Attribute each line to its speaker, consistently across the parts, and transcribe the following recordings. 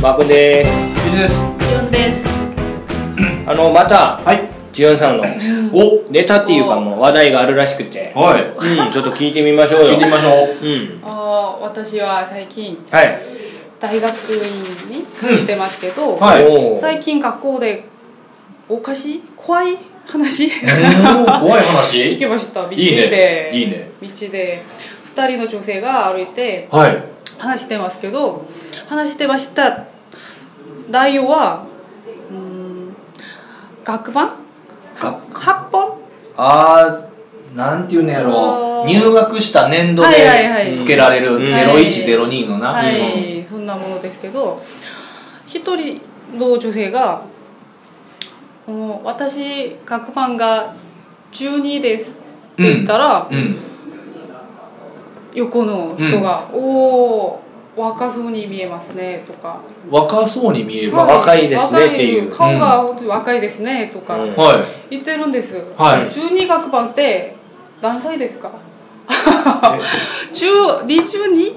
Speaker 1: マー君で
Speaker 2: 藤井です
Speaker 3: ジオンです。
Speaker 1: すあのまた
Speaker 2: はい
Speaker 1: ジヨンさんの
Speaker 2: お
Speaker 1: ネタっていうかもう話題があるらしくて
Speaker 2: はい
Speaker 1: うんちょっと聞いてみましょうよ
Speaker 2: 聞いてみましょう
Speaker 1: うん
Speaker 3: あー私は最近
Speaker 1: はい
Speaker 3: 大学院に行ってますけど、
Speaker 2: んはい
Speaker 1: おー
Speaker 3: 最近学校でおかしい怖い話
Speaker 2: 怖い
Speaker 3: 聞
Speaker 2: 話
Speaker 3: きました道で
Speaker 2: いいねいいね
Speaker 3: 道で2人の女性が歩いて
Speaker 2: はい
Speaker 3: 話してますけど話してました内容はうーん学番
Speaker 2: が
Speaker 3: 8本
Speaker 2: あーなんていうんやろ
Speaker 3: あー
Speaker 2: 入学した年度
Speaker 3: はいはいは
Speaker 2: で
Speaker 3: い
Speaker 2: つけられる
Speaker 1: うん
Speaker 2: 0102のな
Speaker 3: はい、そんなものですけど一人の女性が「この私学番が12です」って言ったら、
Speaker 2: うんうん
Speaker 3: 横の人が「おお若そうに見えますね」とか
Speaker 2: 若そうに見える
Speaker 1: まあ
Speaker 2: わ
Speaker 3: はい
Speaker 1: 若いですねっていう
Speaker 3: 若顔が本当に若いですね」とか
Speaker 1: うん
Speaker 2: は
Speaker 3: 言ってるんです、
Speaker 2: はい
Speaker 3: 12学番って何歳ですか 10 22?
Speaker 2: い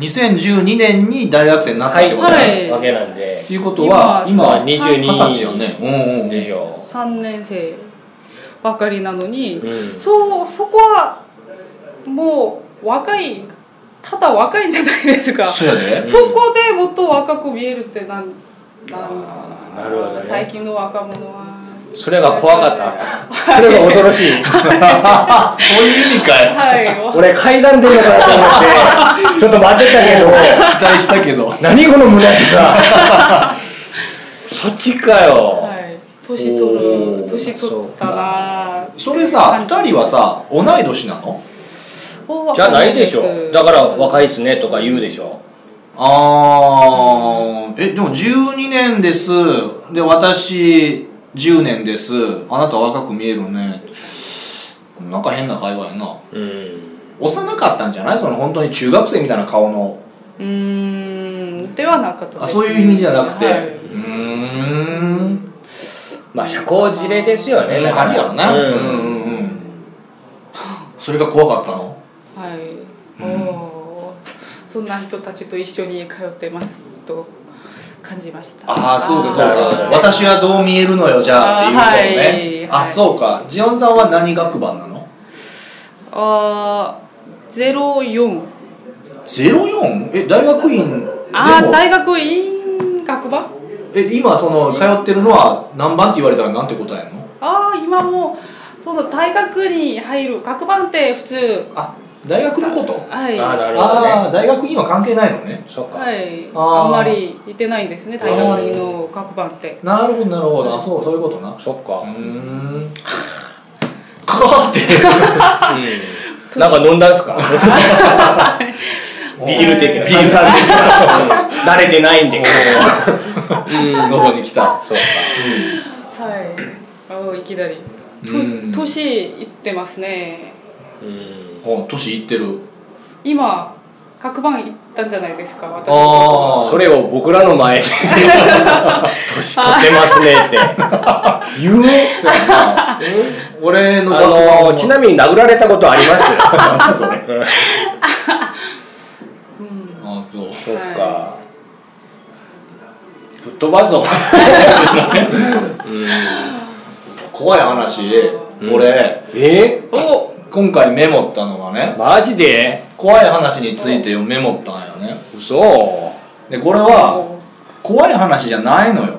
Speaker 2: 2012年に大学生になった
Speaker 1: は
Speaker 2: っ
Speaker 1: い
Speaker 2: て
Speaker 1: こ
Speaker 2: ことと
Speaker 1: な
Speaker 2: だ
Speaker 3: はい
Speaker 1: わけなんで
Speaker 2: っていうことは
Speaker 3: 今
Speaker 2: 今
Speaker 1: ま
Speaker 2: は
Speaker 1: あ
Speaker 2: 二十
Speaker 1: 22
Speaker 2: 歳よねうんうんうん
Speaker 1: でしょ
Speaker 3: 3年生ばかりなのに、
Speaker 1: うん
Speaker 3: そうそこはもう若いただ若いんじゃないですか、
Speaker 2: そうやで
Speaker 3: そこでもっと若く見えるってなんなんか
Speaker 1: なるほどね
Speaker 3: 最近の若者は
Speaker 1: それが怖かったそれが恐ろ しい
Speaker 2: そういう意味かい
Speaker 3: はい
Speaker 1: 俺階段出るのかなと思ってちょっと待ってたけど
Speaker 2: 期待したけど
Speaker 1: 何この虚しさそっちかよ、
Speaker 3: はい年取
Speaker 1: お
Speaker 3: る
Speaker 1: ー
Speaker 3: 年取ったな
Speaker 2: それさ二人はさ同い年なの
Speaker 1: じゃないでしょだから若
Speaker 3: い
Speaker 1: いっすねとか言うでしょ
Speaker 2: あーえでも12年ですで私10年ですあなた若く見えるねなんか変な会話やな
Speaker 1: うん
Speaker 2: 幼かったんじゃないその本当に中学生みたいな顔の
Speaker 3: うーんではなかったです
Speaker 2: あそういう意味じゃなくて、
Speaker 3: はいう
Speaker 2: ーん
Speaker 1: まあ社交辞令ですよねだから
Speaker 2: あるやろな、
Speaker 1: うん
Speaker 2: うんうんうんそれが怖かったの
Speaker 3: はい、おーそんな人たちと一緒に通ってますと感じました
Speaker 2: ああそうかそうか
Speaker 1: なるほどね
Speaker 2: 私はどう見えるのよじゃあっていうことね
Speaker 3: あーはい
Speaker 2: あ
Speaker 3: はい
Speaker 2: そうかジオンさんは何学番なの
Speaker 3: あー04
Speaker 2: 04? え大学院でも
Speaker 3: ああ大学院学部
Speaker 2: え今その通ってるのは何番って言われたらなんて答えんの
Speaker 3: ああ今もその大学に入る学番って普通
Speaker 2: あ大学のこと
Speaker 3: はい
Speaker 1: あーなるほどね
Speaker 2: ああー大学院は関係ないのね
Speaker 1: そっか、
Speaker 3: はい
Speaker 2: あー
Speaker 3: あんまり行ってないんですね大学院の学番って
Speaker 2: なるほどなるほどあそうそういうことなう
Speaker 1: そっか、
Speaker 2: ーんかかって
Speaker 1: うんなんか飲んだん すかビール的な
Speaker 2: ビール
Speaker 1: 炭酸的な慣れてないんで
Speaker 2: 喉に来た
Speaker 1: そうか
Speaker 3: はいあーいきなりと
Speaker 2: うん
Speaker 3: 年いってますね
Speaker 1: うん
Speaker 2: お年いって る
Speaker 3: 今各番行ったんじゃないですか私
Speaker 2: あ
Speaker 1: それを僕らの前で年取ってますねって 言う
Speaker 2: 俺の学
Speaker 1: あの
Speaker 2: 番
Speaker 1: ちなみに殴られたことあります
Speaker 2: そ れ
Speaker 1: うん
Speaker 3: うん
Speaker 2: あーそう
Speaker 1: そっかぶっ飛ばすぞ
Speaker 2: 怖い話
Speaker 1: うん
Speaker 2: 俺
Speaker 1: え
Speaker 3: お
Speaker 2: 今回メモったのはね
Speaker 1: マジで
Speaker 2: 怖い話についてメモったんよね
Speaker 1: 嘘
Speaker 2: でこれは怖い話じゃないのよ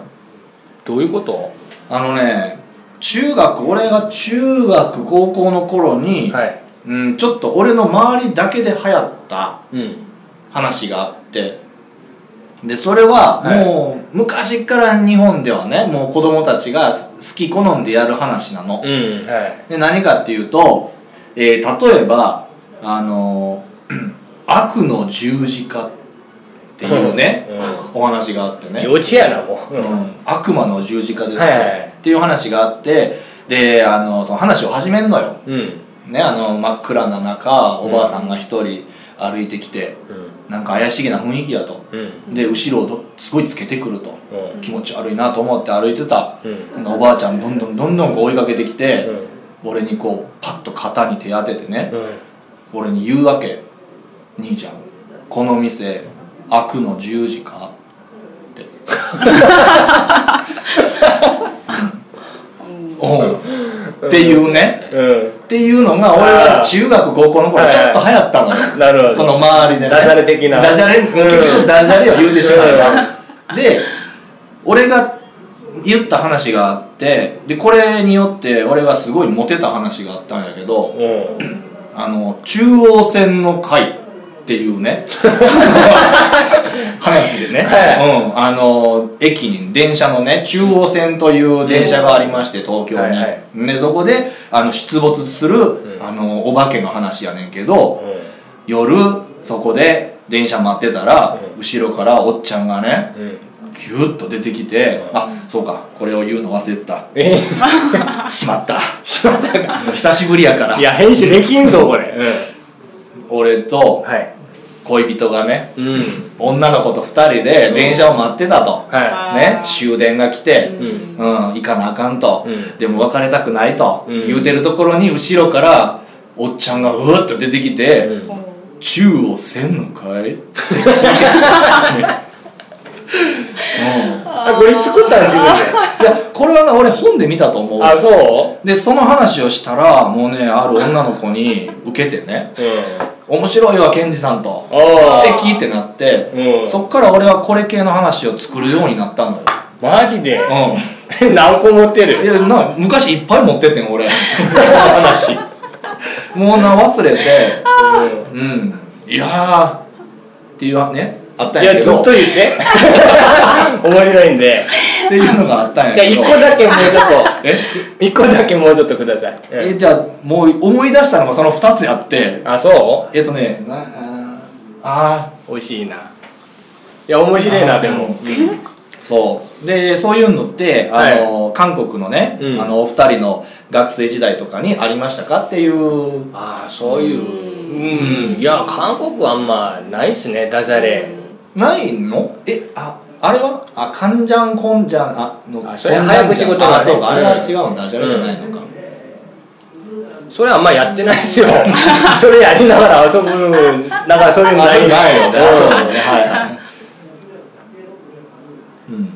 Speaker 1: どういうこと
Speaker 2: あのね中学俺が中学高校の頃に、
Speaker 1: はい
Speaker 2: うん、ちょっと俺の周りだけで流行った
Speaker 1: うん
Speaker 2: 話があってでそれは
Speaker 1: はい
Speaker 2: もう昔から日本ではねもう子供たちが好き好んでやる話なの、
Speaker 1: うんはい
Speaker 2: で何かっていうと、えー例えばあの ー悪の十字架っていうね、お話があってね
Speaker 1: 幼稚やなもう
Speaker 2: うん悪魔の十字架ですよ、
Speaker 1: はいはいはい
Speaker 2: っていう話があってであのその話を始めんのよ、
Speaker 1: うん
Speaker 2: ね、あの真っ暗な中おばあさんが一人歩いてきて、
Speaker 1: う
Speaker 2: なんか怪しげな雰囲気だと、
Speaker 1: ん
Speaker 2: で後ろをどすごいつけてくると、
Speaker 1: う
Speaker 2: 気持ち悪いなと思って歩いてた、
Speaker 1: う
Speaker 2: おばあちゃんどんどんどんどんこう追いかけてきて、
Speaker 1: うん
Speaker 2: 俺にこうパッと肩に手当ててね、
Speaker 1: うん
Speaker 2: 俺に言うわけ「兄ちゃんこの店悪の十字架って
Speaker 3: うん
Speaker 2: おうっていうね
Speaker 1: う
Speaker 2: っていうのが俺は中学高校の頃ちょっと流行ったのよ
Speaker 1: んなるほど
Speaker 2: その周りで、ね、
Speaker 1: ダジャレ的な
Speaker 2: ダジャレ、
Speaker 1: うん
Speaker 2: 結局ダジャレを言うてしまうからで俺が言った話があってでこれによって俺がすごいモテた話があったんやけど
Speaker 1: うん
Speaker 2: あの中央線の会っていう ね話でね、
Speaker 1: は
Speaker 2: うん、あの駅に電車のね中央線という電車がありまして東京に、
Speaker 1: はいはい
Speaker 2: でそこであの出没する、あのお化けの話やねんけど、夜そこで電車待ってたら、後ろからおっちゃんがね
Speaker 1: うん
Speaker 2: キュッと出てきて、
Speaker 1: うん
Speaker 2: あそうかこれを言うの忘れて た
Speaker 1: え
Speaker 2: しまったしまった久しぶりやから
Speaker 1: いや編集できんぞこれう
Speaker 2: 俺
Speaker 1: ん
Speaker 2: と
Speaker 1: はい
Speaker 2: 恋人がね
Speaker 1: うん
Speaker 2: 女の子と2人で電車を待ってたと、
Speaker 1: は
Speaker 2: ね
Speaker 3: あー
Speaker 2: 終電が来て、
Speaker 1: いうん
Speaker 2: うん、行かなあかんと、
Speaker 1: うん
Speaker 2: でも別れたくないと、
Speaker 1: うん
Speaker 2: 言うてるところに後ろからおっちゃんがうわっと出てきて、
Speaker 1: うん
Speaker 3: うん
Speaker 2: 中をせんのか いうん
Speaker 1: あこれ作ったん自分
Speaker 2: いやこれはね俺本で見たと思う
Speaker 1: であそ
Speaker 2: でその話をしたらもうねある女の子に受けてね
Speaker 1: ううん
Speaker 2: 「面白いわケンジさん」と「
Speaker 1: あー
Speaker 2: 素敵ってなって、
Speaker 1: うん
Speaker 2: そっから俺はこれ系の話を作るようになったのよ
Speaker 1: マジで
Speaker 2: うん
Speaker 1: 何個持って
Speaker 2: い
Speaker 1: る
Speaker 2: やな昔いっぱい持っててん俺この話もうな忘れて
Speaker 1: うん
Speaker 2: うんいやーっていうねあったん
Speaker 1: い
Speaker 2: や
Speaker 1: や
Speaker 2: け
Speaker 1: ずっ
Speaker 2: ど
Speaker 1: と言って面白いんで
Speaker 2: っていうのがあったんや
Speaker 1: いや
Speaker 2: け
Speaker 1: 一
Speaker 2: ど
Speaker 1: 個だけもうちょっ
Speaker 2: え
Speaker 1: と一個だけもうちょっとくださいうん
Speaker 2: えじゃあもう思い出したのがその2つやって
Speaker 1: あそ
Speaker 2: えっとねなあ
Speaker 1: う美味しいないや面白いなでも
Speaker 2: ーそうでそういうのってあの、韓国のね、
Speaker 1: うん
Speaker 2: あのお二人の学生時代とかにありましたかっていう
Speaker 1: ああそういううんいや韓国はあんまないっすねダジャレ
Speaker 2: ないのえああれはあカンジャンコンジャンあの
Speaker 1: あそれ
Speaker 2: コンジャン
Speaker 1: 早口言葉ね
Speaker 2: あそうかあれ
Speaker 1: う
Speaker 2: は
Speaker 1: ん
Speaker 2: 違うんだじゃれじゃないのか、
Speaker 1: それはあんまやってないっすよ それやりながら遊ぶなんかそういうの
Speaker 2: あ
Speaker 1: な
Speaker 2: そ
Speaker 1: い
Speaker 2: れないよね
Speaker 1: うん
Speaker 2: そうだよねはいはいうん
Speaker 3: うん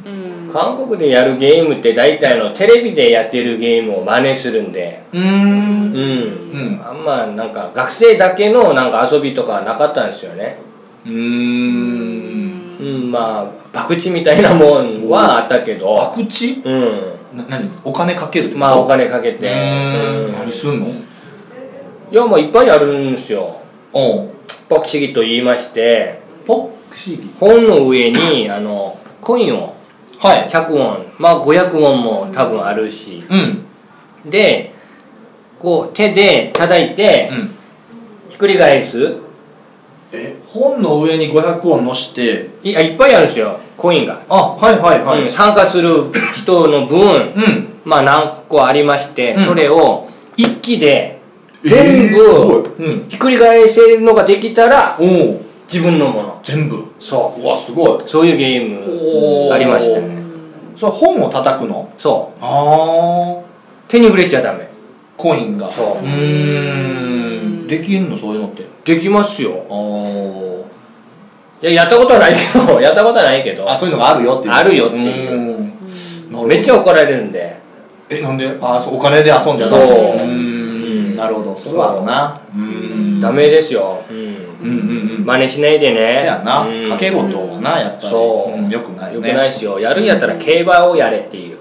Speaker 1: 韓国でやるゲームって大体のテレビでやってるゲームを真似するんで
Speaker 2: うーん
Speaker 1: うん、
Speaker 2: うん
Speaker 1: あんまなんか学生だけのなんか遊びとかなかったんですよね
Speaker 2: うーん
Speaker 1: うんまあ博打みたいなもんはあったけど
Speaker 2: 博打
Speaker 1: うん
Speaker 2: な何お金かけるってこと
Speaker 1: まあお金かけて
Speaker 2: うー
Speaker 1: うん
Speaker 2: ん何すんの
Speaker 1: いやもういっぱいあるんですよ
Speaker 2: おう
Speaker 1: ポクシギと言いまして
Speaker 2: ポクシギ
Speaker 1: 本の上にあのコインを
Speaker 2: はい
Speaker 1: 100ウォンまあ500ウォンも多分あるし
Speaker 2: うん
Speaker 1: でこう手で叩いて
Speaker 2: うん
Speaker 1: ひっくり返す
Speaker 2: え本の上に500音のして
Speaker 1: いあいっぱいあるんですよコインが、
Speaker 2: あはいはいは
Speaker 1: うん
Speaker 2: い
Speaker 1: 参加する人の分
Speaker 2: うん
Speaker 1: まあ何個ありまして、
Speaker 2: うん
Speaker 1: それを一気で全部
Speaker 2: えーすごいうん
Speaker 1: ひっくり返せるのができたら
Speaker 2: おお
Speaker 1: 自分のもの
Speaker 2: 全部
Speaker 1: そう
Speaker 2: わすごい
Speaker 1: そういうゲー
Speaker 2: お
Speaker 1: ム
Speaker 2: ー
Speaker 1: ありましたね
Speaker 2: それ本を叩くの
Speaker 1: そ
Speaker 2: ああ
Speaker 1: う手に触れちゃダメ
Speaker 2: コインが
Speaker 1: そう
Speaker 2: うーんできんのそういうのって
Speaker 1: できますよ
Speaker 2: あ
Speaker 1: いややったことはないけど やったことはないけど
Speaker 2: ああそういうのがあるよっていう
Speaker 1: あるよっていう
Speaker 2: うーんなるほど
Speaker 1: めっちゃ怒られるんで
Speaker 2: えなんであそうお金で遊んじゃダ
Speaker 1: そう
Speaker 2: メうーんなるほどそれはあるなうーん
Speaker 1: ダメですよ、うん、
Speaker 2: うんうんうん
Speaker 1: 真似しないでね
Speaker 2: やな
Speaker 1: うん
Speaker 2: 掛け事はなやっぱり
Speaker 1: そう、
Speaker 2: よくない
Speaker 1: よ
Speaker 2: よ
Speaker 1: く
Speaker 2: ね
Speaker 1: ないですよやるんやったら競馬をやれっていう、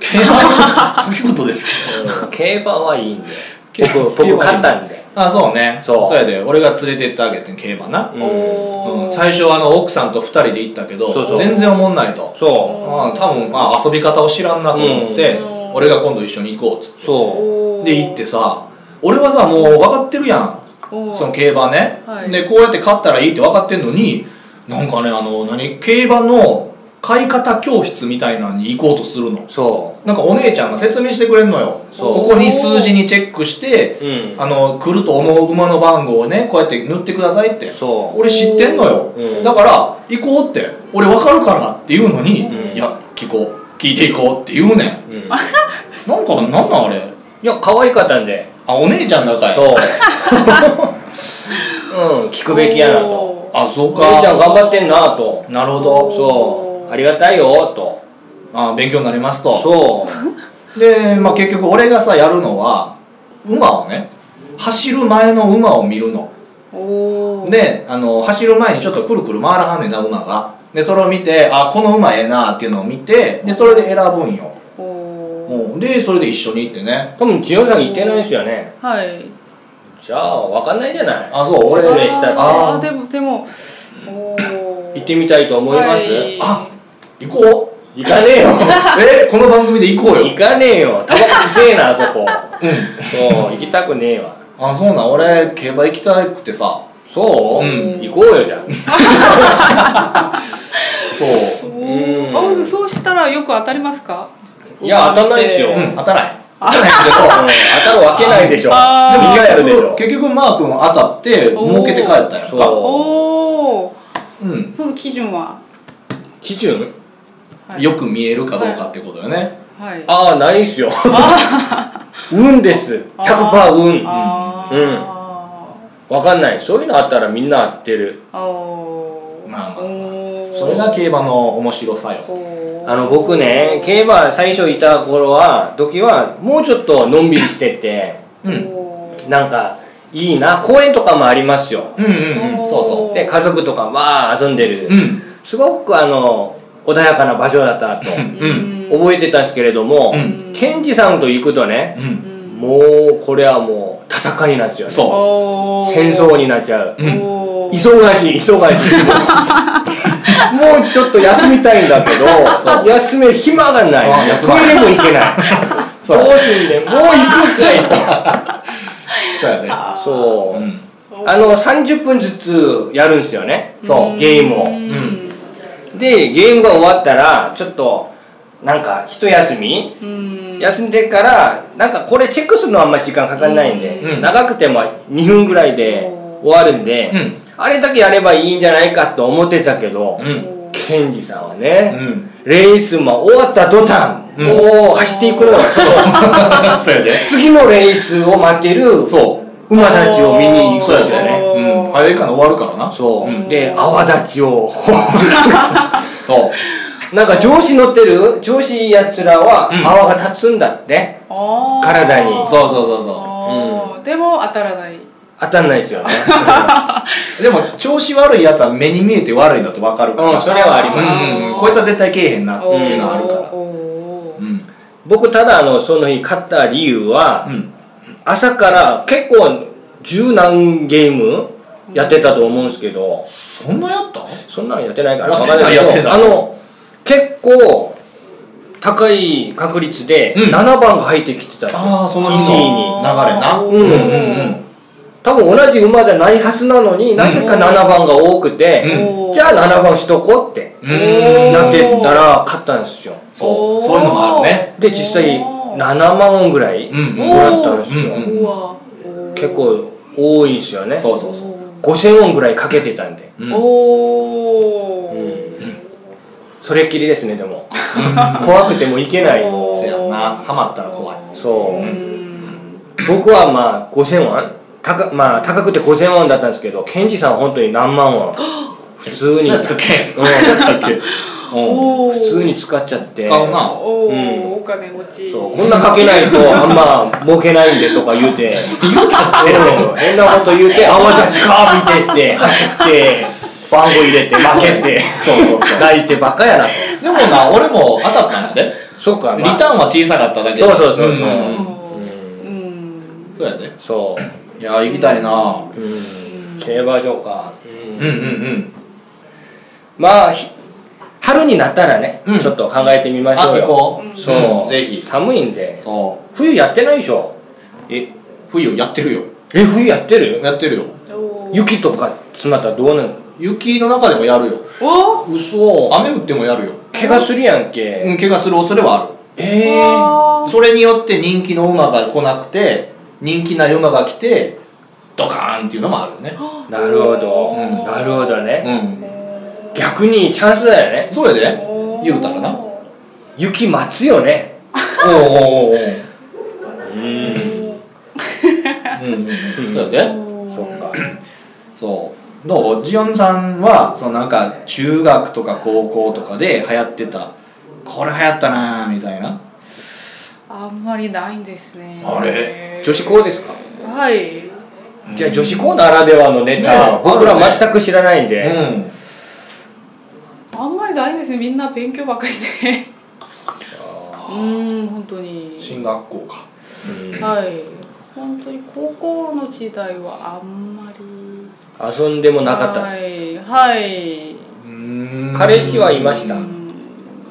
Speaker 2: 競馬掛け事です けど
Speaker 1: うん 競馬はいいんで
Speaker 2: 競馬
Speaker 1: 僕僕勝ったんで、
Speaker 2: あそうね
Speaker 1: そう
Speaker 2: やで俺が連れてってあげてん競馬な
Speaker 1: うん
Speaker 3: お
Speaker 2: う
Speaker 3: ー
Speaker 2: ん最初はあの奥さんと2人で行ったけど
Speaker 1: そうそう
Speaker 2: 全然おもんないと
Speaker 1: そ
Speaker 2: うん、多分まあ遊び方を知らんなと思って、
Speaker 3: うん
Speaker 2: 俺が今度一緒に行こうっつ
Speaker 1: うそ
Speaker 3: お
Speaker 2: っ
Speaker 3: ー
Speaker 2: てで行ってさ俺はさもう分かってるやん
Speaker 3: おー
Speaker 2: その競馬ね、
Speaker 3: はい
Speaker 2: でこうやって勝ったらいいって分かってんのになんかねあの何競馬の買い方教室みたいなのに行こうとするの
Speaker 1: うそ
Speaker 2: なんかお姉ちゃんが説明してくれんのよ
Speaker 1: そう
Speaker 2: ここに数字にチェックして
Speaker 1: ううん
Speaker 2: あの来ると思う馬の番号をねこうやって塗ってくださいって
Speaker 1: そう
Speaker 2: 俺知ってんのよ、
Speaker 1: うん
Speaker 2: だから行こうって俺分かるからって言うのに、
Speaker 1: うん
Speaker 2: いや聞こう聞いていこうって言うねん
Speaker 1: うん、い
Speaker 2: なんかなんなんあれ
Speaker 1: や可愛かったんで、
Speaker 2: あお姉ちゃんだかい
Speaker 1: そううん聞くべきやなと
Speaker 3: おー
Speaker 2: あそう
Speaker 1: お姉ちゃん
Speaker 2: か
Speaker 1: 頑張ってんなと
Speaker 2: なるほど
Speaker 1: そ
Speaker 3: おー
Speaker 1: ありがたいよと
Speaker 2: あー勉強になりますと
Speaker 1: そう
Speaker 2: で、まあ、結局俺がさやるのは馬をね走る前の馬を見るの
Speaker 3: おお
Speaker 2: であの走る前にちょっとくるくる回らはんねんな馬がでそれを見てあこの馬ええなっていうのを見てでそれで選ぶんよ
Speaker 3: おお
Speaker 2: うんでそれで一緒に行ってね
Speaker 1: 多分千代さん行ってないですよね
Speaker 3: はい
Speaker 1: じゃあ分かんないじゃない
Speaker 2: あそう俺
Speaker 1: 説明したって
Speaker 2: あ
Speaker 3: あーでもでもおー
Speaker 1: 行ってみたいと思います、
Speaker 3: はい
Speaker 2: あ行 こう
Speaker 1: 行かねえよ
Speaker 2: えこの番組で行こう
Speaker 1: 行
Speaker 2: よ
Speaker 1: かねえよタバコくせえなあそこそう行きたくねえわ
Speaker 2: あそうなん俺競馬行きたくてさ
Speaker 1: そう、
Speaker 2: うん
Speaker 1: 行こうよじゃ
Speaker 2: そう
Speaker 3: お
Speaker 1: うん
Speaker 3: ーあそうしたらよく当たりますか
Speaker 1: あいや当たんないっすよ、
Speaker 3: う
Speaker 2: うん当たらへん当た
Speaker 1: う
Speaker 2: らへん
Speaker 1: ん当たるわけないでしょ
Speaker 3: あー
Speaker 1: でも勢いあ
Speaker 2: け
Speaker 1: るでし
Speaker 2: ど
Speaker 1: ょ
Speaker 2: 結局マー君当たって儲けて帰ったやんか
Speaker 1: そ
Speaker 3: おお
Speaker 2: うん
Speaker 3: ーその基準は
Speaker 1: う基準
Speaker 3: はい
Speaker 2: よく見えるかどうかってことよね
Speaker 3: はい
Speaker 1: ああないっすよ運です100%運
Speaker 3: あー
Speaker 1: うんわかんないそういうのあったらみんな合ってる
Speaker 3: あー
Speaker 2: まあまあまあ
Speaker 3: おー
Speaker 2: それが競馬の面白さよ
Speaker 3: おー
Speaker 1: あの僕ね競馬最初いた頃は時はもうちょっとのんびりしてて
Speaker 2: うん
Speaker 3: おー
Speaker 1: なんかいいな公園とかもありますよ
Speaker 2: うんうんうんそうそ
Speaker 1: で家族とかわあ遊んでる、
Speaker 2: ううん
Speaker 1: すごくあの穏やかな場所だったと
Speaker 2: うん
Speaker 1: 覚えてたんですけれども、
Speaker 2: うん
Speaker 1: ケンジさんと行くとね
Speaker 2: う
Speaker 3: うんん
Speaker 1: もうこれはもう戦いなんですよね
Speaker 2: そう
Speaker 3: おー
Speaker 1: 戦争になっちゃう
Speaker 2: うん
Speaker 3: おー
Speaker 1: 忙しい 忙しいもうちょっと休みたいんだけど休める暇がな
Speaker 2: あ
Speaker 1: い
Speaker 2: 休
Speaker 1: ト
Speaker 2: ま
Speaker 1: イ
Speaker 2: な
Speaker 1: レも行けないど
Speaker 2: そう
Speaker 1: うすんねんもう行くんかいと
Speaker 2: そうやで
Speaker 3: あー
Speaker 1: そう、
Speaker 2: うん
Speaker 1: あの30分ずつやるんですよねそうゲーム
Speaker 3: う
Speaker 1: を
Speaker 3: ん
Speaker 1: でゲームが終わったらちょっとなんか一休み
Speaker 3: うん
Speaker 1: 休んでからなんかこれチェックするのはあんま時間かかんないんで、
Speaker 2: うん
Speaker 1: 長くても2分ぐらいで終わるんで、
Speaker 2: うん
Speaker 1: あれだけやればいいんじゃないかと思ってたけど、
Speaker 2: うん
Speaker 1: ケンジさんはね、
Speaker 2: うん
Speaker 1: レースも終わった途端、
Speaker 2: うん
Speaker 1: もう走っていくのよ
Speaker 2: そうやで
Speaker 1: 次のレースを待ってる
Speaker 2: そう
Speaker 1: 馬たちを見に行く
Speaker 2: そうん
Speaker 1: で
Speaker 2: や
Speaker 1: すよね
Speaker 3: お
Speaker 2: で
Speaker 3: ー
Speaker 2: うん早いから終わるからな
Speaker 1: そう、
Speaker 3: うん
Speaker 1: で泡立ちを
Speaker 2: そう
Speaker 1: なんか上司乗ってる上司やつらは
Speaker 2: うん
Speaker 1: 泡が立つんだって、
Speaker 3: あー
Speaker 1: 体に
Speaker 2: そうそうそうそ
Speaker 3: あーでも当たらない
Speaker 1: 当たんないです よね
Speaker 2: うでも調子悪いやつは目に見えて悪いんだって分かるから
Speaker 1: うんそれはあります
Speaker 2: うんうんこいつは絶対けえへんなって
Speaker 3: おー
Speaker 2: いうのはあるから
Speaker 3: おー
Speaker 2: うん
Speaker 1: 僕ただあのその日勝った理由は、
Speaker 2: うん
Speaker 1: 朝から結構十何ゲームやってたと思うんですけど、
Speaker 2: そんなやった
Speaker 1: そんなんやってないから
Speaker 2: や
Speaker 1: わ
Speaker 2: って
Speaker 1: か
Speaker 2: なんい
Speaker 1: ないけ
Speaker 2: やって
Speaker 1: ど
Speaker 2: ない
Speaker 1: あの結構高い確率で
Speaker 2: うん
Speaker 1: 7番が入ってきてたんですよ、
Speaker 2: あーその
Speaker 1: 1位
Speaker 2: 日流
Speaker 1: に
Speaker 2: れな
Speaker 3: お
Speaker 1: う
Speaker 3: ー
Speaker 1: んうん多分同じ馬じゃないはずなのになぜか7番が多くて、
Speaker 3: おー
Speaker 1: じゃあ7番しとこうって
Speaker 2: う
Speaker 3: おー
Speaker 1: なってったら勝ったんですよ
Speaker 2: そうそういうのもあるね
Speaker 1: で実際
Speaker 3: お
Speaker 1: 7
Speaker 3: ー
Speaker 1: 万ぐらい
Speaker 2: うんうん
Speaker 1: もらったんですよ、
Speaker 2: うん
Speaker 3: うわ
Speaker 1: 結構多いんですよね
Speaker 2: そうそうそう
Speaker 1: 5000ウォンぐらいかけてたんで
Speaker 2: うん
Speaker 3: お
Speaker 1: う
Speaker 3: ー
Speaker 1: それっきりですねで も怖くてもいけない
Speaker 3: おー
Speaker 2: せやなハマったら怖い
Speaker 1: そう、
Speaker 3: うん
Speaker 1: 僕はまあ5000ウォン高,、まあ、高くて5000ウォンだったんですけどケンジさんは本当に何万ウォン普通に
Speaker 2: そうやったっけうんそうやったっけうん
Speaker 3: おー
Speaker 1: 普通に使っちゃって
Speaker 2: 使うな
Speaker 3: おー
Speaker 1: うん
Speaker 3: お金持ち
Speaker 1: そうこんなかけないとあんま儲けないんでとか言うてうんそんなこと言うて泡立ちか見てって走って番号入れて負けてそうそう泣いてばっかやなと
Speaker 2: でもな俺も当たったんやで
Speaker 1: そうか、
Speaker 2: リ
Speaker 1: まあ
Speaker 2: ターンは小さかっただけ
Speaker 1: そうそうそうそうん
Speaker 2: ん
Speaker 3: うん
Speaker 2: そうやで
Speaker 1: そ
Speaker 2: いや行きたいな
Speaker 1: う、うん、競馬場か、
Speaker 2: うんうんうん
Speaker 1: まあひ春になったらね、
Speaker 2: うん
Speaker 1: ちょっと考えてみましょう
Speaker 2: あ
Speaker 1: よ
Speaker 2: 行こう
Speaker 1: そう、
Speaker 2: んぜひ
Speaker 1: 寒いんで
Speaker 2: そ
Speaker 1: 冬やってないでしょ
Speaker 2: うえ冬やってるよ
Speaker 1: え冬やってる
Speaker 2: やってるよ
Speaker 3: おー
Speaker 1: 雪とか詰まったらどうなる
Speaker 2: 雪の中でもやるよ
Speaker 3: おー
Speaker 1: 嘘
Speaker 2: 雨降ってもやるよ
Speaker 1: 怪我するやんけ、
Speaker 2: うん怪我する恐れはある
Speaker 1: えー、
Speaker 3: あー
Speaker 2: それによって人気の馬が来なくて人気な馬が来てドカーンっていうのもあるよね
Speaker 1: なるほど、
Speaker 2: うん
Speaker 1: なるほどね、
Speaker 2: う
Speaker 1: 逆にチャンスだよね
Speaker 2: んそうやで
Speaker 3: おー
Speaker 2: 言うたらなお
Speaker 1: 雪待つよね
Speaker 2: おうおうおうおう
Speaker 1: うん
Speaker 2: うんうんうんそうやで
Speaker 3: おー
Speaker 1: そっか
Speaker 2: そうどうジオンさんはそのなんか中学とか高校とかで流行ってたこれ流行ったなーみたいな
Speaker 3: あんまりないんですね
Speaker 2: あれ
Speaker 1: 女子校ですか
Speaker 3: はい
Speaker 1: じゃあ女子校ならではのネタ、
Speaker 2: ね
Speaker 1: 僕ら
Speaker 2: あるね
Speaker 1: 全く知らないんで、
Speaker 2: うん
Speaker 3: あんまりないんですねみんな勉強ばっかりでうーん本当に
Speaker 2: 進学校か
Speaker 3: はい本当に高校の時代はあんまり
Speaker 1: 遊んでもなかった、
Speaker 3: はいはい、
Speaker 1: 彼氏はいました、
Speaker 3: うん、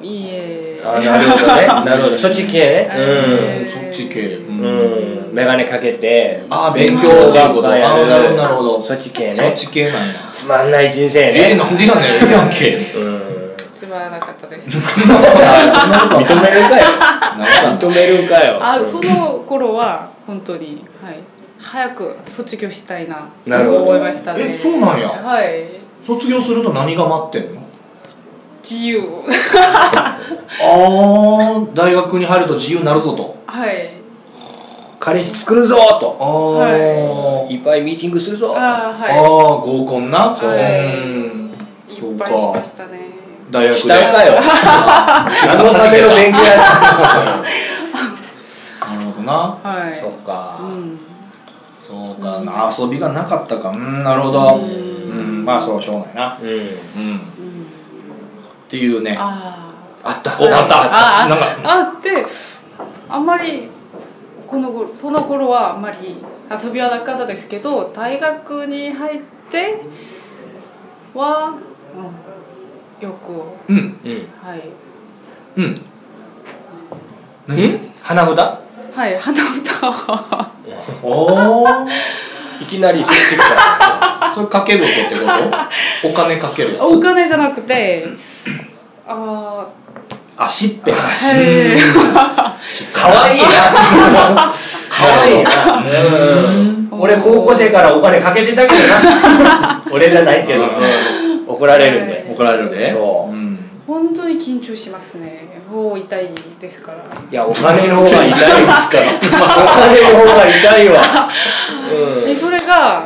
Speaker 3: いいえ
Speaker 1: あなるほど ねなるほどそっち系ね
Speaker 3: はい
Speaker 2: うんそっち系う、
Speaker 1: うんん、うん、眼鏡かけて
Speaker 2: ああ勉強っていうこと
Speaker 1: やる
Speaker 2: なるほどなるほど
Speaker 1: そっち系
Speaker 2: そっ
Speaker 1: ね
Speaker 2: ち系なんや
Speaker 1: つまんない人生
Speaker 2: えー、
Speaker 1: ね、
Speaker 2: なんでやねんええやんけ
Speaker 1: うん
Speaker 3: つまらなかったです
Speaker 2: そんなことは
Speaker 1: 認めるかよ
Speaker 2: なん
Speaker 1: 認
Speaker 2: か
Speaker 1: めるかよ
Speaker 3: あ
Speaker 1: うん
Speaker 3: その頃は本当にはい早く卒業したいな
Speaker 1: なるほど
Speaker 3: と思いましたね
Speaker 2: えそうなんや
Speaker 3: はい
Speaker 2: 卒業すると何が待ってんの
Speaker 3: 自由
Speaker 2: ああ大学に入ると自由になるぞと
Speaker 3: はい
Speaker 1: 彼氏作るぞと
Speaker 2: ああ、
Speaker 3: はい
Speaker 1: っぱいミーティングするぞと
Speaker 3: あー
Speaker 2: あ
Speaker 3: はい
Speaker 2: あ合コンな
Speaker 3: そう
Speaker 2: うんそ
Speaker 3: いうっ
Speaker 2: か
Speaker 3: ぱいしましたね
Speaker 2: 大学
Speaker 1: し
Speaker 2: で
Speaker 1: たんか よ何のための勉強や
Speaker 2: なるほどな
Speaker 3: はい
Speaker 1: そっか、
Speaker 3: うん
Speaker 2: そうかな遊びがなかったかうんなるほどうんまあそうしょうがないな
Speaker 1: うん
Speaker 2: うんっていうね
Speaker 3: あ
Speaker 1: あった
Speaker 2: おあった
Speaker 3: ああ
Speaker 2: なんか
Speaker 3: ああってあんまりこの頃その頃はあんまり遊びはなかったですけど大学に入っては、うん、よく
Speaker 2: うん
Speaker 1: うん
Speaker 3: はい
Speaker 2: うん
Speaker 1: ん花札
Speaker 3: はい花歌を
Speaker 2: おお
Speaker 1: いきなりしてきた
Speaker 2: それ掛け事ってこ とお金かけるや
Speaker 3: お
Speaker 2: つ
Speaker 3: 金じゃなくてあ
Speaker 2: あしっぺか
Speaker 3: あへえ
Speaker 1: かわ いいなかわいいなうん俺高校生からお金かけてたけど な俺じゃないけどうん怒られるんで
Speaker 2: 怒られるで
Speaker 1: そう
Speaker 2: うん
Speaker 3: 本当に緊張しますねもう痛いですから
Speaker 1: いやお金の方が痛いですから お金の方が痛いわうん
Speaker 3: でそれが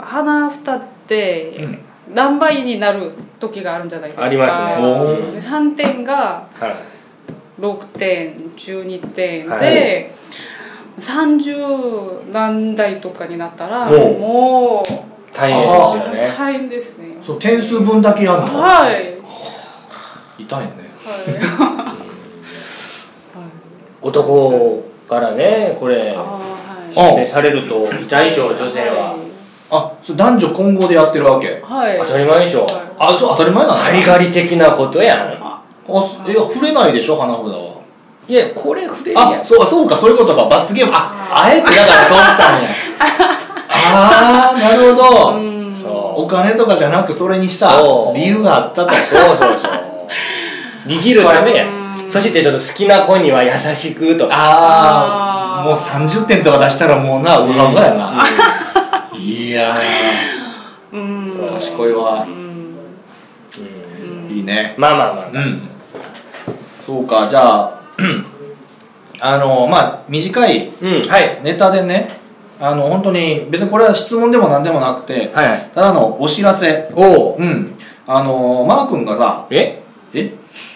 Speaker 3: 花蓋って何倍になる時があるんじゃないですか
Speaker 1: ありますね
Speaker 2: お
Speaker 1: ー
Speaker 3: で3点が
Speaker 1: はい
Speaker 3: 6点12点で、
Speaker 1: はい
Speaker 3: 30何台とかになったら
Speaker 1: おう
Speaker 3: もう
Speaker 1: 大変ですよね
Speaker 3: 大変ですね
Speaker 2: そう点数分だけやんの
Speaker 3: はいはい
Speaker 2: 痛いね
Speaker 1: 男からねこれ
Speaker 3: あー
Speaker 1: 指名されると痛いでしょ女性は
Speaker 2: あそれ男女混合でやってるわけ
Speaker 3: はい
Speaker 1: 当たり前でしょ
Speaker 3: はい
Speaker 2: あそう当たり前なの
Speaker 1: ガリガリ的なことやん
Speaker 2: あすえ触れないでしょ花札はい
Speaker 1: やこれ触れるやん
Speaker 2: あそうかそうかそういうことか罰ゲームああえてだからそうした んやああなるほど
Speaker 3: うん
Speaker 1: そう
Speaker 2: お金とかじゃなくそれにした
Speaker 1: そう
Speaker 2: 理由があったと
Speaker 1: そうそうそう握るためやそしてちょっと好きな子には優しくとか
Speaker 2: あ
Speaker 3: あ
Speaker 2: あ
Speaker 3: ー
Speaker 2: もう30点とか出したらもうなうがうがやな、いや
Speaker 3: うん
Speaker 1: そう
Speaker 2: ー賢いわ
Speaker 3: うん
Speaker 1: うん
Speaker 2: いいね
Speaker 1: まあまあまあ
Speaker 2: うんそうかじゃああのまあ短い
Speaker 1: うんはい
Speaker 2: ネタでねあの本当に別にこれは質問でも何でもなくて
Speaker 1: はい
Speaker 2: ただのお知らせ
Speaker 1: おお
Speaker 2: うんあのマー君がさ
Speaker 1: え
Speaker 2: え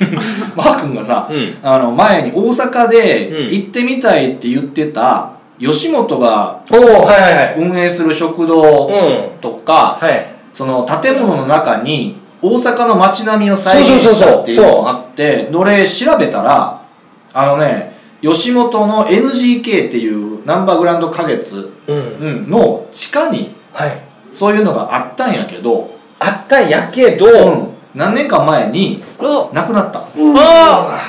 Speaker 2: マー君がさ、
Speaker 1: うん
Speaker 2: あの前に大阪で
Speaker 1: うん
Speaker 2: 行ってみたいって言ってた吉本が
Speaker 1: おおはいはい
Speaker 2: 運営する食堂
Speaker 1: はいうん
Speaker 2: とか、
Speaker 1: はい
Speaker 2: その建物の中に大阪の街並みを再現したっていうのがあってどれ調べたらあのね吉本の NGK っていうナンバーグランド花月
Speaker 1: うん
Speaker 2: うんの地下に
Speaker 1: はい
Speaker 2: そういうのがあったんやけど、
Speaker 1: あったんやけど
Speaker 2: うん何年か前に
Speaker 3: お
Speaker 2: 亡くなった
Speaker 1: あ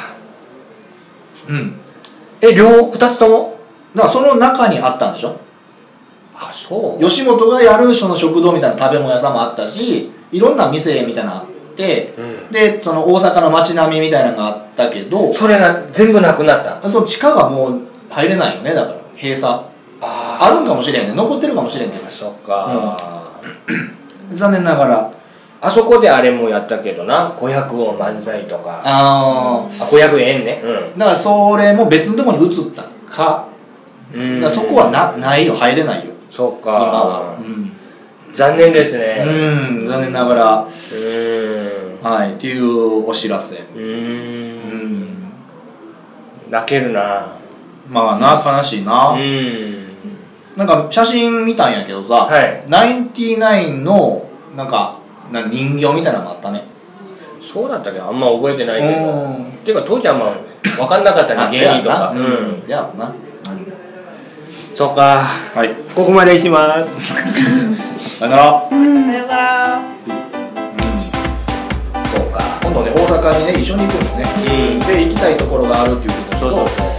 Speaker 2: うん
Speaker 1: ーえ両二つとも
Speaker 2: だからその中にあったんでしょ
Speaker 1: あそ
Speaker 2: 吉本がやるその食堂みたいな食べ物屋さんもあったしいろんな店みたいなのあって、
Speaker 1: うん
Speaker 2: でその大阪の街並みみたいなのがあったけど
Speaker 1: それが全部なくなった
Speaker 2: その地下がもう入れないよねだから閉鎖あ
Speaker 1: あ
Speaker 2: るんかもしれんね残ってるかもしれんけど
Speaker 1: そっか
Speaker 2: 残念ながら
Speaker 1: あそこであれもやったけどな500音漫才とか
Speaker 2: あ
Speaker 1: あ500円ね
Speaker 2: ーだからそれも別のとこに移ったか
Speaker 1: うん
Speaker 2: だからそこはなないよ入れないよ
Speaker 1: そう
Speaker 2: 今
Speaker 1: か
Speaker 2: は、うん、
Speaker 1: 残念ですね
Speaker 2: うん残念ながら
Speaker 1: うーん
Speaker 2: はいっていうお知らせ
Speaker 1: う
Speaker 2: う
Speaker 1: ーん
Speaker 2: ん
Speaker 1: 泣けるな
Speaker 2: まあな悲しいな、
Speaker 1: うん
Speaker 2: なんか写真見たんやけどさ、
Speaker 1: はい
Speaker 2: ナインティナインのなんかな人形みたいなのがあったね
Speaker 1: そうだったけどあんま覚えてないけど
Speaker 2: う
Speaker 1: っ
Speaker 2: ん
Speaker 1: ていうか当時はまあ分かんなかったね
Speaker 2: あそう
Speaker 1: 芸
Speaker 2: や
Speaker 1: 人とか
Speaker 2: な
Speaker 1: う
Speaker 2: うん
Speaker 1: ん
Speaker 2: やろな、うん
Speaker 1: そうか
Speaker 2: はい
Speaker 1: ここまでにします
Speaker 2: さよなら、うん、
Speaker 3: さよなら。
Speaker 1: そうか
Speaker 2: 今度ね大阪にね一緒に行くんですね、
Speaker 1: うん
Speaker 2: で行きたいところがあるっていうことと
Speaker 1: そうそうそう